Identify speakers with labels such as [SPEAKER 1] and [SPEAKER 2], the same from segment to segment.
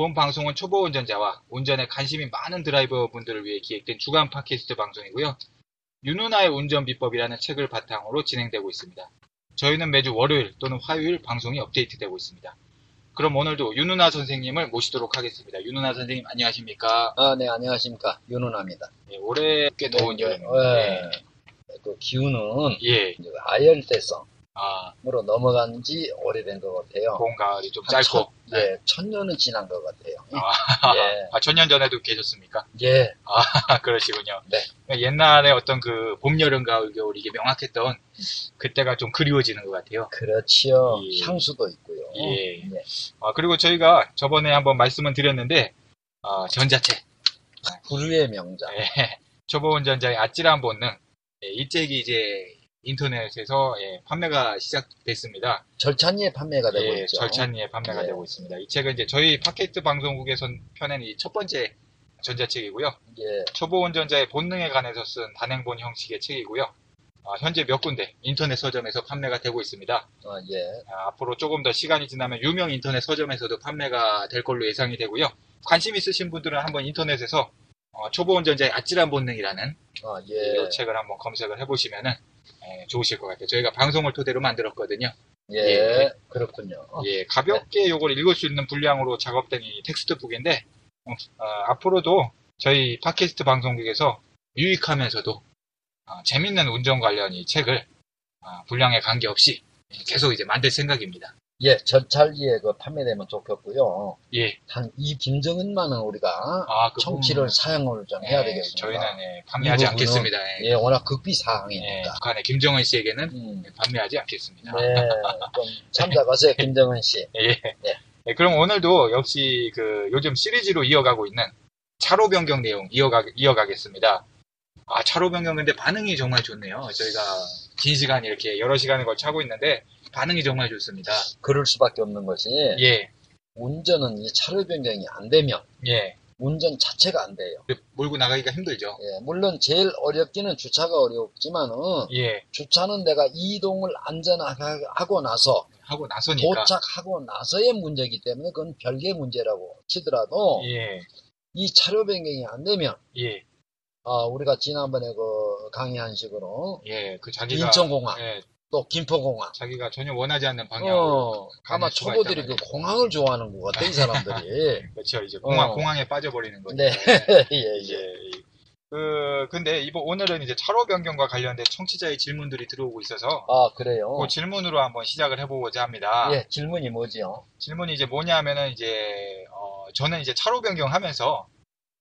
[SPEAKER 1] 본 방송은 초보 운전자와 운전에 관심이 많은 드라이버 분들을 위해 기획된 주간 팟캐스트 방송이고요. 유누나의 운전 비법이라는 책을 바탕으로 진행되고 있습니다. 저희는 매주 월요일 또는 화요일 방송이 업데이트되고 있습니다. 그럼 오늘도 유누나 선생님을 모시도록 하겠습니다. 유누나 선생님 안녕하십니까?
[SPEAKER 2] 아, 네, 안녕하십니까. 윤은아입니다.
[SPEAKER 1] 예, 올해 꽤 더운 여름.
[SPEAKER 2] 네. 그 기후는
[SPEAKER 1] 예.
[SPEAKER 2] 이제 아열대성으로
[SPEAKER 1] 아,
[SPEAKER 2] 넘어간 지 오래된 것 같아요.
[SPEAKER 1] 봄, 가을이 좀
[SPEAKER 2] 한
[SPEAKER 1] 어, 짧고. 네.
[SPEAKER 2] 천, 예, 천 년은 지난 것 같아요. 예.
[SPEAKER 1] 아, 천년 전에도 계셨습니까?
[SPEAKER 2] 예,
[SPEAKER 1] 아, 그러시군요. 그러니까
[SPEAKER 2] 네.
[SPEAKER 1] 옛날에 어떤 그 봄, 여름, 가을, 겨울 이게 명확했던 그때가 좀 그리워지는 것 같아요.
[SPEAKER 2] 그렇지요.
[SPEAKER 1] 예.
[SPEAKER 2] 향수도 있고요.
[SPEAKER 1] 예.
[SPEAKER 2] 네.
[SPEAKER 1] 아, 그리고 저희가 저번에 한번 말씀을 드렸는데, 아, 전자책.
[SPEAKER 2] 부류의 명작.
[SPEAKER 1] 예. 초보운전자의 아찔한 본능. 예, 이 책이 이제 인터넷에서 예, 판매가 시작됐습니다.
[SPEAKER 2] 절찬리에 판매가 되고
[SPEAKER 1] 예,
[SPEAKER 2] 있죠.
[SPEAKER 1] 절찬리에 판매가
[SPEAKER 2] 예.
[SPEAKER 1] 되고 있습니다. 이 책은 이제 저희 팟캐스트 방송국에선 펴낸 이 첫 번째 전자책이고요.
[SPEAKER 2] 예,
[SPEAKER 1] 초보 운전자의 본능에 관해서 쓴 단행본 형식의 책이고요. 아, 현재 몇 군데 인터넷 서점에서 판매가 되고 있습니다.
[SPEAKER 2] 어, 예.
[SPEAKER 1] 아, 앞으로 조금 더 시간이 지나면 유명 인터넷 서점에서도 판매가 될 걸로 예상이 되고요. 관심 있으신 분들은 한번 인터넷에서 어, 초보 운전자의 아찔한 본능이라는 네,
[SPEAKER 2] 어,
[SPEAKER 1] 이
[SPEAKER 2] 예.
[SPEAKER 1] 책을 한번 검색을 해보시면은 에, 좋으실 것 같아요. 저희가 방송을 토대로 만들었거든요.
[SPEAKER 2] 예.
[SPEAKER 1] 예.
[SPEAKER 2] 그렇군요.
[SPEAKER 1] 예, 가볍게 이걸 읽을 수 있는 분량으로 작업된 이 텍스트북인데 어, 어, 앞으로도 저희 팟캐스트 방송국에서 유익하면서도 어, 재밌는 운전 관련 이 책을 어, 분량에 관계없이 계속 이제 만들 생각입니다.
[SPEAKER 2] 예, 절찬리에 그 판매되면 좋겠고요.
[SPEAKER 1] 예,
[SPEAKER 2] 단 이 김정은만은 우리가
[SPEAKER 1] 아, 그
[SPEAKER 2] 청취를
[SPEAKER 1] 부분은,
[SPEAKER 2] 사용을 좀 해야
[SPEAKER 1] 예,
[SPEAKER 2] 되겠습니다.
[SPEAKER 1] 저희는 예, 판매하지
[SPEAKER 2] 이 부분은-
[SPEAKER 1] 않겠습니다. 예,
[SPEAKER 2] 예, 워낙 극비
[SPEAKER 1] 예,
[SPEAKER 2] 사항이니까.
[SPEAKER 1] 북한의 김정은 씨에게는
[SPEAKER 2] 음.
[SPEAKER 1] 판매하지 않겠습니다.
[SPEAKER 2] 네, 좀 참작하세요, 김정은 씨.
[SPEAKER 1] 예.
[SPEAKER 2] 네.
[SPEAKER 1] 예, 그럼 오늘도 역시 그 요즘 시리즈로 이어가고 있는 차로 변경 내용 이어가, 이어가겠습니다. 아, 차로 변경 근데 반응이 정말 좋네요. 저희가 긴 시간 이렇게 여러 시간을 걸쳐하고 있는데 반응이 정말 좋습니다.
[SPEAKER 2] 그럴 수밖에 없는 것이
[SPEAKER 1] 예,
[SPEAKER 2] 운전은 이 차로 변경이 안 되면
[SPEAKER 1] 예.
[SPEAKER 2] 운전 자체가 안 돼요.
[SPEAKER 1] 몰고 나가기가 힘들죠.
[SPEAKER 2] 예, 물론 제일 어렵기는 주차가 어렵지만은
[SPEAKER 1] 예,
[SPEAKER 2] 주차는 내가 이동을 안전하고 나서
[SPEAKER 1] 하고 나서니까.
[SPEAKER 2] 도착하고 나서의 문제이기 때문에 그건 별개의 문제라고 치더라도
[SPEAKER 1] 예,
[SPEAKER 2] 이 차로 변경이 안 되면
[SPEAKER 1] 예,
[SPEAKER 2] 아, 우리가 지난번에 그 강의한 식으로
[SPEAKER 1] 예. 그 자기가.
[SPEAKER 2] 인천공항
[SPEAKER 1] 예,
[SPEAKER 2] 또 김포공항
[SPEAKER 1] 자기가 전혀 원하지 않는 방향으로.
[SPEAKER 2] 어, 아마
[SPEAKER 1] 다닐 수가
[SPEAKER 2] 초보들이 그
[SPEAKER 1] 있다는
[SPEAKER 2] 공항을 좋아하는 것 같아, 이 사람들이.
[SPEAKER 1] 그렇죠. 이제 공항,
[SPEAKER 2] 어.
[SPEAKER 1] 공항에 빠져버리는 거죠.
[SPEAKER 2] 네. 예,
[SPEAKER 1] 이제
[SPEAKER 2] 예.
[SPEAKER 1] 이- 그 근데 이번 오늘은 이제 차로 변경과 관련된 청취자의 질문들이 들어오고 있어서
[SPEAKER 2] 아, 그래요?
[SPEAKER 1] 그 질문으로 한번 시작을 해보고자 합니다.
[SPEAKER 2] 예, 질문이 뭐지요?
[SPEAKER 1] 질문이 이제 뭐냐면은 이제 어, 저는 이제 차로 변경하면서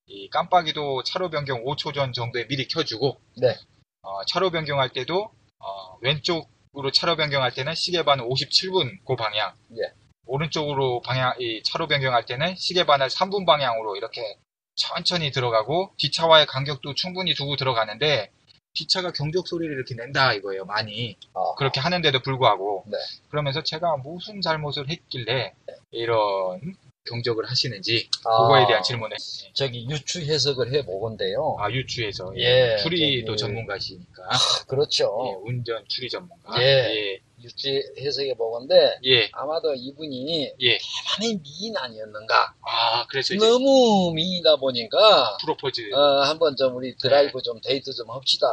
[SPEAKER 1] 이 깜빡이도 차로 변경 5초 전 정도에 미리 켜주고
[SPEAKER 2] 네.
[SPEAKER 1] 어, 차로 변경할 때도 어, 왼쪽으로 차로 변경할 때는 시계반 57분 그 방향
[SPEAKER 2] 예.
[SPEAKER 1] 오른쪽으로 방향 이 차로 변경할 때는 시계반을 3분 방향으로 이렇게 천천히 들어가고 뒷차와의 간격도 충분히 두고 들어가는데 뒷차가 경적 소리를 이렇게 낸다 이거예요 많이
[SPEAKER 2] 아,
[SPEAKER 1] 그렇게 하는데도 불구하고
[SPEAKER 2] 네.
[SPEAKER 1] 그러면서 제가 무슨 잘못을 했길래 이런 경적을 하시는지
[SPEAKER 2] 아,
[SPEAKER 1] 그거에 대한 질문을
[SPEAKER 2] 저기 유추 해석을 해 보건데요.
[SPEAKER 1] 아 유추해서
[SPEAKER 2] 예,
[SPEAKER 1] 추리도
[SPEAKER 2] 저기-
[SPEAKER 1] 전문가시니까 예,
[SPEAKER 2] 그렇죠.
[SPEAKER 1] 운전 추리 전문가
[SPEAKER 2] 예. 유추 해석해 보건데
[SPEAKER 1] 예, 예,
[SPEAKER 2] 아마도 이분이
[SPEAKER 1] 예.
[SPEAKER 2] 대단히 미인 아니었는가?
[SPEAKER 1] 아 그래서 이제
[SPEAKER 2] 너무 미인이다 보니까
[SPEAKER 1] 프로포즈
[SPEAKER 2] 어, 한번 좀 우리 드라이브 좀 데이트 좀 합시다.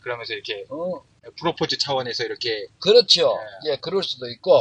[SPEAKER 1] 그러면서 이렇게
[SPEAKER 2] 어,
[SPEAKER 1] 프로포즈 차원에서 이렇게 아,
[SPEAKER 2] 그렇죠. 예, 그럴 수도 있고.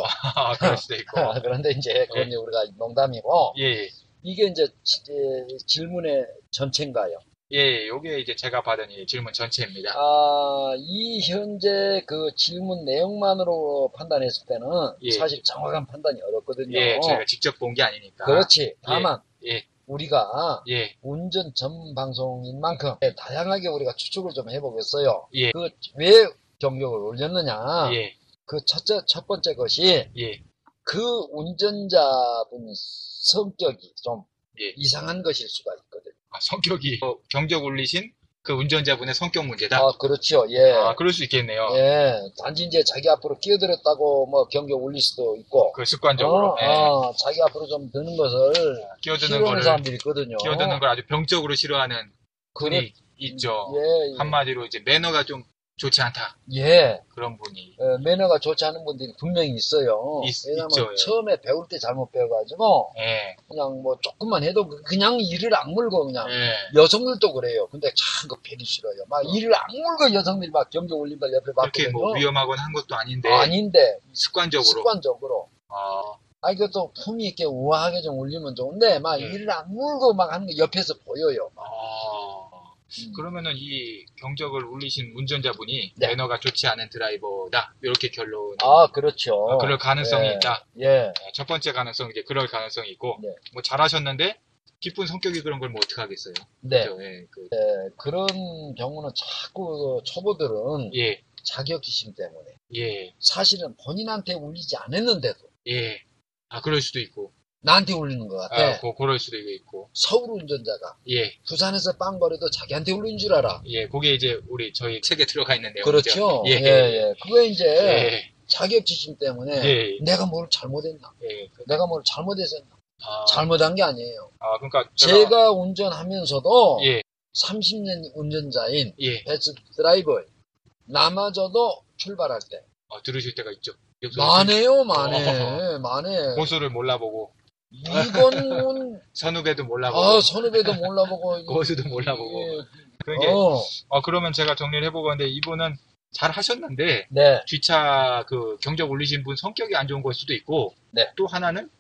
[SPEAKER 1] 그럴 수도 있고
[SPEAKER 2] 그런데 이제 그건 우리가 농담이고
[SPEAKER 1] 예, 예,
[SPEAKER 2] 이게 이제 지- 에, 질문의 전체인가요?
[SPEAKER 1] 예, 요게 이제 제가 받은 이 질문 전체입니다.
[SPEAKER 2] 아, 이 현재 그 질문 내용만으로 판단했을 때는
[SPEAKER 1] 예.
[SPEAKER 2] 사실 정확한 판단이 어렵거든요. 그렇죠.
[SPEAKER 1] 예, 저희가 직접 본 게 아니니까.
[SPEAKER 2] 그렇지. 다만
[SPEAKER 1] 예.
[SPEAKER 2] 우리가
[SPEAKER 1] 예,
[SPEAKER 2] 운전 전 방송인 만큼 네, 다양하게 우리가 추측을 좀 해보겠어요.
[SPEAKER 1] 예.
[SPEAKER 2] 그 왜 경력을 올렸느냐?
[SPEAKER 1] 예,
[SPEAKER 2] 그 첫째 첫 번째 것이
[SPEAKER 1] 예,
[SPEAKER 2] 그 운전자분 성격이 좀
[SPEAKER 1] 예.
[SPEAKER 2] 이상한 것일 수가 있거든요.
[SPEAKER 1] 아, 성격이 어, 경적 울리신 그 운전자분의 성격 문제다.
[SPEAKER 2] 아, 그렇죠. 예.
[SPEAKER 1] 아, 그럴 수 있겠네요.
[SPEAKER 2] 예. 단지 이제 자기 앞으로 끼어들었다고 뭐 경력 올릴 수도 있고.
[SPEAKER 1] 그 습관적으로
[SPEAKER 2] 어,
[SPEAKER 1] 예,
[SPEAKER 2] 어, 자기 앞으로 좀 드는 것을
[SPEAKER 1] 끼어드는
[SPEAKER 2] 싫어하는
[SPEAKER 1] 거를
[SPEAKER 2] 사람들이 있거든요.
[SPEAKER 1] 끼어드는 걸 아주 병적으로 싫어하는
[SPEAKER 2] 그래-
[SPEAKER 1] 분이 있죠.
[SPEAKER 2] 예, 예.
[SPEAKER 1] 한마디로 이제 매너가 좀 좋지 않다
[SPEAKER 2] 예.
[SPEAKER 1] 그런 분이.
[SPEAKER 2] 어, 매너가 좋지 않은 분들이 분명히 있어요.
[SPEAKER 1] 있-
[SPEAKER 2] 왜냐면
[SPEAKER 1] 있죠, 예.
[SPEAKER 2] 처음에 배울 때 잘못 배워가지고
[SPEAKER 1] 예,
[SPEAKER 2] 그냥 뭐 조금만 해도 그냥 이를 악물고 그냥
[SPEAKER 1] 예,
[SPEAKER 2] 여성들도 그래요. 근데 참그 배기 싫어요. 막 이를 악물고 여성들이 막 경계 올림발 옆에
[SPEAKER 1] 그렇게
[SPEAKER 2] 봤거든요.
[SPEAKER 1] 뭐 위험하거나 한 것도 아닌데
[SPEAKER 2] 아닌데
[SPEAKER 1] 습관적으로.
[SPEAKER 2] 습관적으로.
[SPEAKER 1] 아,
[SPEAKER 2] 아 이거 또 품위 있게 우아하게 좀 올리면 좋은데 막
[SPEAKER 1] 예.
[SPEAKER 2] 이를 악물고 막 하는 게 옆에서 보여요. 막.
[SPEAKER 1] 아.
[SPEAKER 2] 음.
[SPEAKER 1] 그러면은 이 경적을 울리신 운전자분이
[SPEAKER 2] 네.
[SPEAKER 1] 매너가 좋지 않은 드라이버다 이렇게 결론.
[SPEAKER 2] 아 그렇죠.
[SPEAKER 1] 그럴 가능성이
[SPEAKER 2] 예.
[SPEAKER 1] 있다.
[SPEAKER 2] 예.
[SPEAKER 1] 네, 첫 번째 가능성 이제 그럴 가능성이 있고
[SPEAKER 2] 네.
[SPEAKER 1] 뭐 잘하셨는데 기쁜 성격이 그런 걸 뭐 어떻게 하겠어요.
[SPEAKER 2] 네.
[SPEAKER 1] 그죠? 예, 그,
[SPEAKER 2] 그런 경우는 자꾸 그 초보들은
[SPEAKER 1] 예,
[SPEAKER 2] 자격지심 때문에
[SPEAKER 1] 예,
[SPEAKER 2] 사실은 본인한테 울리지 않았는데도
[SPEAKER 1] 예. 아 그럴 수도 있고,
[SPEAKER 2] 나한테 울리는 것
[SPEAKER 1] 아,
[SPEAKER 2] 같아.
[SPEAKER 1] 고, 그럴 수도 있고,
[SPEAKER 2] 서울 운전자가
[SPEAKER 1] 예,
[SPEAKER 2] 부산에서 빵거려도 자기한테 울린 줄 알아.
[SPEAKER 1] 예. 그게 이제 우리 저희 책에 들어가 있는 내용이죠.
[SPEAKER 2] 그렇죠.
[SPEAKER 1] 예,
[SPEAKER 2] 예, 예. 그거 이제
[SPEAKER 1] 예, 예.
[SPEAKER 2] 자격지심 때문에
[SPEAKER 1] 예.
[SPEAKER 2] 내가 뭘 잘못했나?
[SPEAKER 1] 예. 그-
[SPEAKER 2] 내가 뭘 잘못했었나?
[SPEAKER 1] 아,
[SPEAKER 2] 잘못한 게 아니에요.
[SPEAKER 1] 아, 그러니까 제가,
[SPEAKER 2] 제가 운전하면서도
[SPEAKER 1] 예,
[SPEAKER 2] 30년 운전자인
[SPEAKER 1] 예.
[SPEAKER 2] 베스트 드라이버 남아저도 출발할 때
[SPEAKER 1] 어, 들으실 때가 있죠. 역소-
[SPEAKER 2] 만해요, 만해, 만해.
[SPEAKER 1] 어. 고수를 몰라보고
[SPEAKER 2] 이건
[SPEAKER 1] 선후배도 몰라보고
[SPEAKER 2] 아 선후배도 몰라보고
[SPEAKER 1] 고수도 몰라보고
[SPEAKER 2] 예,
[SPEAKER 1] 그게
[SPEAKER 2] 어,
[SPEAKER 1] 어, 그러면 제가 정리를 해보건데, 이분은 잘 하셨는데,
[SPEAKER 2] 네,
[SPEAKER 1] 뒤차 그 경적 울리신 분 성격이 안 좋은 걸 수도 있고,
[SPEAKER 2] 네.
[SPEAKER 1] 또 하나는,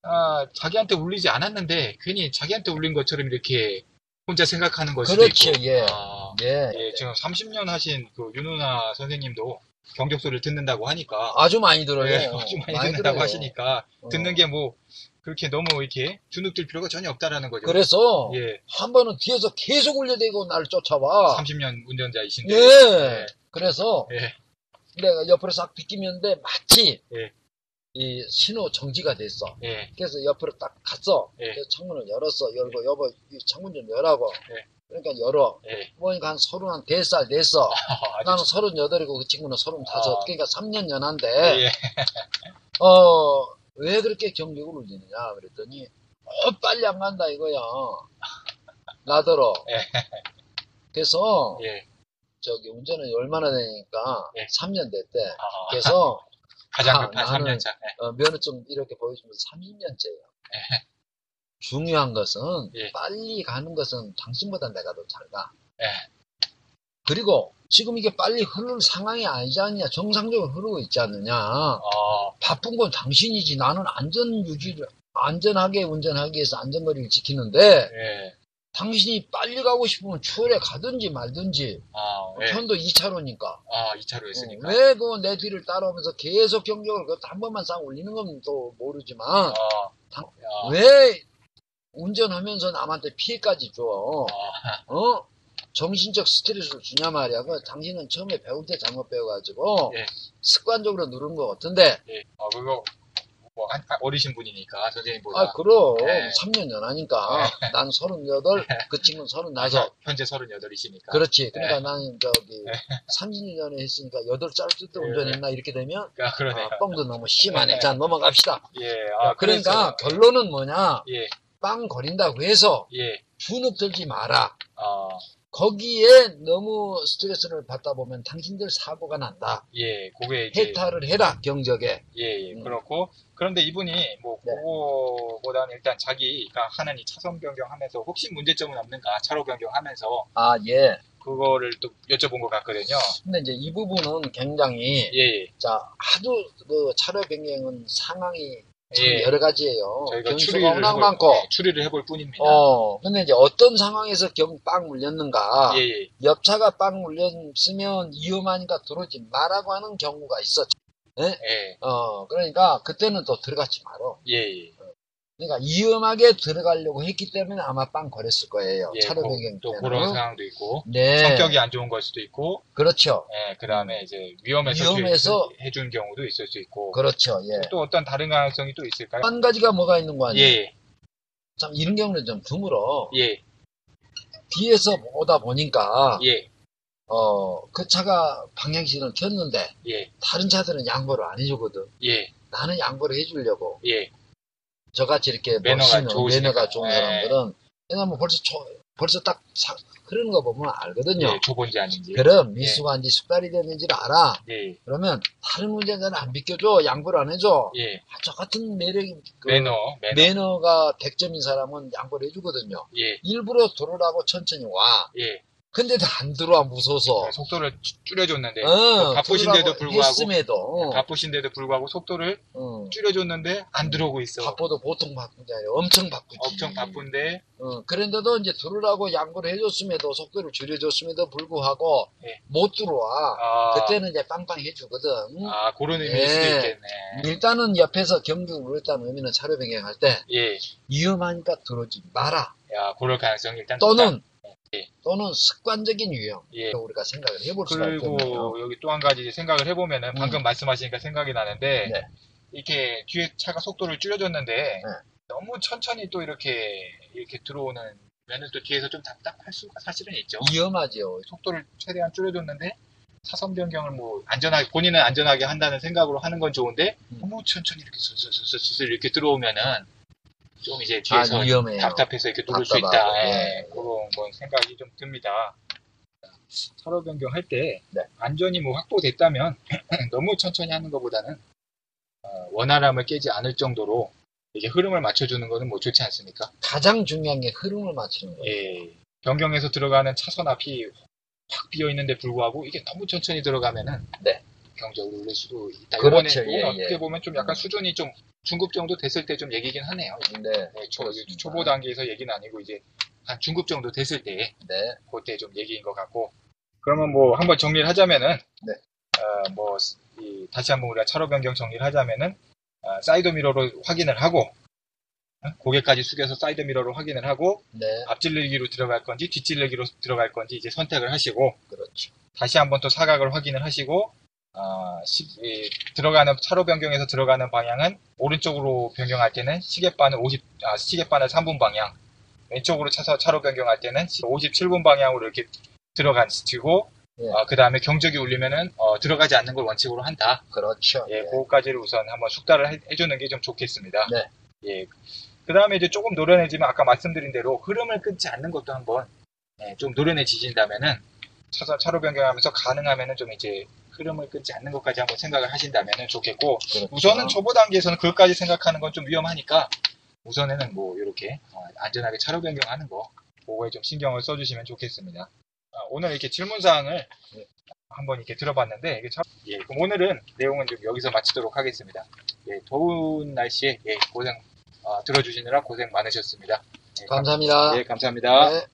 [SPEAKER 1] 아, 자기한테 울리지 않았는데, 괜히 자기한테 울린 것처럼 이렇게 혼자 생각하는 걸 수도
[SPEAKER 2] 그렇죠,
[SPEAKER 1] 있고.
[SPEAKER 2] 예.
[SPEAKER 1] 아,
[SPEAKER 2] 예.
[SPEAKER 1] 예, 지금 30년 하신 그 윤우나 선생님도 경적 소리를 듣는다고 하니까,
[SPEAKER 2] 아주 많이 들어요.
[SPEAKER 1] 예, 아주 많이, 듣는다고
[SPEAKER 2] 들어요.
[SPEAKER 1] 하시니까,
[SPEAKER 2] 어.
[SPEAKER 1] 듣는 게 뭐, 그렇게 너무 이렇게 주눅들 필요가 전혀 없다라는 거죠.
[SPEAKER 2] 그래서
[SPEAKER 1] 예,
[SPEAKER 2] 한 번은 뒤에서 계속 울려대고 나를 쫓아와.
[SPEAKER 1] 30년 운전자이신데,
[SPEAKER 2] 예.
[SPEAKER 1] 예.
[SPEAKER 2] 그래서
[SPEAKER 1] 예.
[SPEAKER 2] 내가 옆으로 싹 비키는데 마치
[SPEAKER 1] 예.
[SPEAKER 2] 이 신호 정지가 됐어.
[SPEAKER 1] 예.
[SPEAKER 2] 그래서 옆으로 딱 갔어.
[SPEAKER 1] 예.
[SPEAKER 2] 그래서 창문을 열었어. 열고 여보 이 창문 좀 열라고.
[SPEAKER 1] 예.
[SPEAKER 2] 그러니까 열어.
[SPEAKER 1] 예.
[SPEAKER 2] 보니까 한 서른 한네 대살 됐어.
[SPEAKER 1] 아,
[SPEAKER 2] 나는 서른 여덟이고 그 친구는 서른 다섯.
[SPEAKER 1] 아.
[SPEAKER 2] 그러니까 3년 연한데.
[SPEAKER 1] 예.
[SPEAKER 2] 어, 왜 그렇게 경력을 울리느냐 그랬더니 어, 빨리 안 간다 이거야. 나더러. 그래서
[SPEAKER 1] 예.
[SPEAKER 2] 저기 운전을 얼마나 되니까
[SPEAKER 1] 예.
[SPEAKER 2] 3년 됐대.
[SPEAKER 1] 아,
[SPEAKER 2] 그래서
[SPEAKER 1] 가장
[SPEAKER 2] 아,
[SPEAKER 1] 급한
[SPEAKER 2] 나는-
[SPEAKER 1] 3년차.
[SPEAKER 2] 어, 면허증 이렇게 보여주면 30년째예요. 중요한 것은
[SPEAKER 1] 네. 예.
[SPEAKER 2] 빨리 가는 것은 당신보다 내가 더 잘 가.
[SPEAKER 1] 예.
[SPEAKER 2] 그리고 지금 이게 빨리 흐르는 상황이 아니지 않느냐. 정상적으로 흐르고 있지 않느냐.
[SPEAKER 1] 어,
[SPEAKER 2] 바쁜 건 당신이지. 나는 안전 유지를, 안전하게 운전하기 위해서 안전거리를 지키는데,
[SPEAKER 1] 예.
[SPEAKER 2] 당신이 빨리 가고 싶으면 추월해 가든지 말든지,
[SPEAKER 1] 아, 예.
[SPEAKER 2] 편도 2차로니까.
[SPEAKER 1] 아, 2차로 했으니까.
[SPEAKER 2] 왜 그 내 뒤를 따라오면서 계속 경적을 그한 번만 싹 올리는 건 또 모르지만,
[SPEAKER 1] 아,
[SPEAKER 2] 당-
[SPEAKER 1] 야,
[SPEAKER 2] 왜 운전하면서 남한테 피해까지 줘?
[SPEAKER 1] 아,
[SPEAKER 2] 어? 정신적 스트레스를 주냐 말이야. 그 당신은 처음에 배울 때 잘못 배워가지고,
[SPEAKER 1] 예.
[SPEAKER 2] 습관적으로 누른 것 같은데,
[SPEAKER 1] 예. 아, 그거, 뭐, 한, 한 어리신 분이니까, 선생님보다.
[SPEAKER 2] 아, 그럼.
[SPEAKER 1] 네.
[SPEAKER 2] 3년 연하니까.
[SPEAKER 1] 아.
[SPEAKER 2] 난 38,
[SPEAKER 1] 예.
[SPEAKER 2] 그 친구는 35.
[SPEAKER 1] 현재 38이시니까.
[SPEAKER 2] 그렇지.
[SPEAKER 1] 예.
[SPEAKER 2] 그러니까 나는 저기, 30년 전에 했으니까 8살 때도
[SPEAKER 1] 네.
[SPEAKER 2] 운전했나? 이렇게 되면,
[SPEAKER 1] 아, 그러네요.
[SPEAKER 2] 아, 뻥도 너무 심하네.
[SPEAKER 1] 네.
[SPEAKER 2] 자, 넘어갑시다.
[SPEAKER 1] 예, 아, 그래서-
[SPEAKER 2] 그러니까 결론은 뭐냐?
[SPEAKER 1] 예,
[SPEAKER 2] 빵 거린다고 해서
[SPEAKER 1] 예.
[SPEAKER 2] 주눅 들지 마라.
[SPEAKER 1] 아,
[SPEAKER 2] 거기에 너무 스트레스를 받다 보면 당신들 사고가 난다.
[SPEAKER 1] 예, 그게 이제.
[SPEAKER 2] 해탈을 해라, 경적에.
[SPEAKER 1] 예, 예,
[SPEAKER 2] 음.
[SPEAKER 1] 그렇고. 그런데 이분이, 뭐,
[SPEAKER 2] 네.
[SPEAKER 1] 그거보다는 일단 자기가 하는 이 차선 변경하면서 혹시 문제점은 없는가, 차로 변경하면서
[SPEAKER 2] 아, 예.
[SPEAKER 1] 그거를 또 여쭤본 것 같거든요.
[SPEAKER 2] 근데 이제 이 부분은 굉장히
[SPEAKER 1] 예, 예.
[SPEAKER 2] 자, 하도 그 차로 변경은 상황이 참
[SPEAKER 1] 예.
[SPEAKER 2] 여러 가지예요.
[SPEAKER 1] 저희가
[SPEAKER 2] 변수가
[SPEAKER 1] 추리를
[SPEAKER 2] 워낙
[SPEAKER 1] 해볼,
[SPEAKER 2] 많고.
[SPEAKER 1] 네, 추리를 해볼 뿐입니다.
[SPEAKER 2] 어, 근데 이제 어떤 상황에서 경 빵 물렸는가.
[SPEAKER 1] 예, 예.
[SPEAKER 2] 옆차가 빵 물렸으면 위험하니까 들어오지 마라고 하는 경우가 있었죠.
[SPEAKER 1] 예,
[SPEAKER 2] 어, 그러니까 그때는 또 들어가지 마라.
[SPEAKER 1] 예, 예.
[SPEAKER 2] 그러니까 위험하게 들어가려고 했기 때문에 아마 빵 걸렸을 거예요.
[SPEAKER 1] 예,
[SPEAKER 2] 차로
[SPEAKER 1] 고-
[SPEAKER 2] 변경
[SPEAKER 1] 또
[SPEAKER 2] 때는.
[SPEAKER 1] 그런 상황도 있고
[SPEAKER 2] 네.
[SPEAKER 1] 성격이 안 좋은 걸 수도 있고
[SPEAKER 2] 그렇죠.
[SPEAKER 1] 예, 그다음에 이제 위험해서
[SPEAKER 2] 위험해서-
[SPEAKER 1] 또 해준 경우도 있을 수 있고
[SPEAKER 2] 그렇죠. 예.
[SPEAKER 1] 또 어떤 다른 가능성이 또 있을까요?
[SPEAKER 2] 한 가지가 뭐가 있는 거 아니에요?
[SPEAKER 1] 예,
[SPEAKER 2] 참 이런 경우는 좀 드물어.
[SPEAKER 1] 예,
[SPEAKER 2] 뒤에서 오다 보니까
[SPEAKER 1] 예,
[SPEAKER 2] 어, 그 차가 방향신을 켰는데
[SPEAKER 1] 예,
[SPEAKER 2] 다른 차들은 양보를 안 해주거든.
[SPEAKER 1] 예,
[SPEAKER 2] 나는 양보를 해주려고
[SPEAKER 1] 예,
[SPEAKER 2] 저같이 이렇게
[SPEAKER 1] 매너가
[SPEAKER 2] 멋있는
[SPEAKER 1] 좋으시니까.
[SPEAKER 2] 매너가 좋은
[SPEAKER 1] 예.
[SPEAKER 2] 사람들은 왜냐면 벌써 초- 벌써 딱 사- 그런 거 보면 알거든요.
[SPEAKER 1] 예, 좁은지 아닌지.
[SPEAKER 2] 그럼 미수가 이제 숙달이 됐는지를 알아.
[SPEAKER 1] 예,
[SPEAKER 2] 그러면 다른 운전자는 안 비켜줘, 양보를 안 해줘.
[SPEAKER 1] 예,
[SPEAKER 2] 아, 저 같은 매력이 그
[SPEAKER 1] 매너, 매너,
[SPEAKER 2] 매너가 100점인 사람은 양보를 해주거든요.
[SPEAKER 1] 예,
[SPEAKER 2] 일부러 들어오라고 천천히 와.
[SPEAKER 1] 예.
[SPEAKER 2] 근데도 안 들어와 무서워서.
[SPEAKER 1] 속도를 줄- 줄여줬는데
[SPEAKER 2] 어,
[SPEAKER 1] 뭐 바쁘신데도
[SPEAKER 2] 들어오라고
[SPEAKER 1] 불구하고. 네,
[SPEAKER 2] 했음에도
[SPEAKER 1] 바쁘신데도 불구하고 속도를
[SPEAKER 2] 어,
[SPEAKER 1] 줄여줬는데 안 들어오고 있어.
[SPEAKER 2] 바빠도 보통 바쁜 게 아니라 엄청 바쁘지.
[SPEAKER 1] 엄청 바쁜데
[SPEAKER 2] 어, 그런데도 이제 들어오라고 양보를 해줬음에도 속도를 줄여줬음에도 불구하고
[SPEAKER 1] 예.
[SPEAKER 2] 못 들어와.
[SPEAKER 1] 아,
[SPEAKER 2] 그때는 이제 빵빵 해주거든.
[SPEAKER 1] 아 그런 의미일 수도
[SPEAKER 2] 예.
[SPEAKER 1] 있겠네.
[SPEAKER 2] 일단은 옆에서 경주를 물었다는 의미는 차로 변경할 때
[SPEAKER 1] 예,
[SPEAKER 2] 위험하니까 들어오지 마라.
[SPEAKER 1] 야 그럴 가능성이 일단 높다.
[SPEAKER 2] 또는
[SPEAKER 1] 예.
[SPEAKER 2] 또는 습관적인 위험.
[SPEAKER 1] 예.
[SPEAKER 2] 또 우리가 생각을 해볼 수가 있거든요.
[SPEAKER 1] 그리고 여기 또 한 가지 생각을 해보면은 방금 말씀하시니까 생각이 나는데
[SPEAKER 2] 음. 네.
[SPEAKER 1] 이렇게 뒤에 차가 속도를 줄여줬는데 너무 천천히 또 이렇게 이렇게 들어오는 면은 또 뒤에서 좀 답답할 수가 사실은 있죠.
[SPEAKER 2] 음. 위험하죠.
[SPEAKER 1] 속도를 최대한 줄여줬는데 차선 변경을 뭐 안전하게 본인은 안전하게 한다는 생각으로 하는 건 좋은데
[SPEAKER 2] 음.
[SPEAKER 1] 너무 천천히 이렇게 슬슬슬슬 이렇게 들어오면은 좀 이제
[SPEAKER 2] 아,
[SPEAKER 1] 뒤에서
[SPEAKER 2] 위험해요.
[SPEAKER 1] 답답해서 이렇게 누를 수
[SPEAKER 2] 답답하고,
[SPEAKER 1] 있다.
[SPEAKER 2] 예.
[SPEAKER 1] 예, 그런 건 생각이 좀 듭니다. 차로 변경할 때
[SPEAKER 2] 네.
[SPEAKER 1] 안전이 뭐 확보됐다면 너무 천천히 하는 것보다는 어, 원활함을 깨지 않을 정도로 이게 흐름을 맞춰주는 것은 뭐 좋지 않습니까?
[SPEAKER 2] 가장 중요한 게 흐름을 맞추는 거예요.
[SPEAKER 1] 예, 변경해서 들어가는 차선 앞이 확 비어 있는데 불구하고 이게 너무 천천히 들어가면은
[SPEAKER 2] 네.
[SPEAKER 1] 경적으로 울릴 수도 있다.
[SPEAKER 2] 그렇죠.
[SPEAKER 1] 이번에
[SPEAKER 2] 예,
[SPEAKER 1] 또
[SPEAKER 2] 예.
[SPEAKER 1] 어떻게 보면 좀 약간 수준이 좀 중급 정도 됐을 때 좀 얘기긴 하네요.
[SPEAKER 2] 네,
[SPEAKER 1] 네, 초,
[SPEAKER 2] 그렇습니다.
[SPEAKER 1] 초보 단계에서 얘기는 아니고 이제 한 중급 정도 됐을 때
[SPEAKER 2] 네.
[SPEAKER 1] 그때 좀 얘기인 것 같고 그러면 뭐 한번 정리를 하자면은
[SPEAKER 2] 네.
[SPEAKER 1] 어, 뭐 스- 이, 다시 한번 우리가 차로 변경 정리를 하자면은 아, 사이드 미러로 확인을 하고 어? 고개까지 숙여서 사이드 미러로 확인을 하고
[SPEAKER 2] 네,
[SPEAKER 1] 앞질르기로 들어갈 건지 뒷질르기로 들어갈 건지 이제 선택을 하시고
[SPEAKER 2] 그렇죠.
[SPEAKER 1] 다시 한번 또 사각을 확인을 하시고 아, 시- 이, 들어가는 차로 변경해서 들어가는 방향은 오른쪽으로 변경할 때는 시계바늘 50 아, 시계바늘 3분 방향 왼쪽으로 차서 차로 변경할 때는 57분 방향으로 이렇게 들어가시고
[SPEAKER 2] 예.
[SPEAKER 1] 그 다음에 경적이 울리면은 어, 들어가지 않는 걸 원칙으로 한다.
[SPEAKER 2] 그렇죠.
[SPEAKER 1] 예,
[SPEAKER 2] 네.
[SPEAKER 1] 그거까지를 우선 한번 숙달을 해, 주는 게 좀 좋겠습니다.
[SPEAKER 2] 네.
[SPEAKER 1] 예. 그 다음에 이제 조금 노련해지면 아까 말씀드린 대로 흐름을 끊지 않는 것도 한번 예, 좀 노련해지신다면은 차선 차로 변경하면서 가능하면은 좀 이제 흐름을 끊지 않는 것까지 한번 생각을 하신다면은 좋겠고
[SPEAKER 2] 그렇죠.
[SPEAKER 1] 우선은 초보 단계에서는 그것까지 생각하는 건 좀 위험하니까 우선에는 뭐 이렇게 어, 안전하게 차로 변경하는 거 그거에 좀 신경을 써주시면 좋겠습니다. 아, 오늘 이렇게 질문 사항을
[SPEAKER 2] 네.
[SPEAKER 1] 한번 이렇게 들어봤는데 이게 참- 예, 그럼 오늘은 내용은 좀 여기서 마치도록 하겠습니다. 예, 더운 날씨에 예, 고생 아, 들어주시느라 고생 어, 많으셨습니다. 예, 감-
[SPEAKER 2] 감사합니다.
[SPEAKER 1] 예, 감사합니다.
[SPEAKER 2] 네.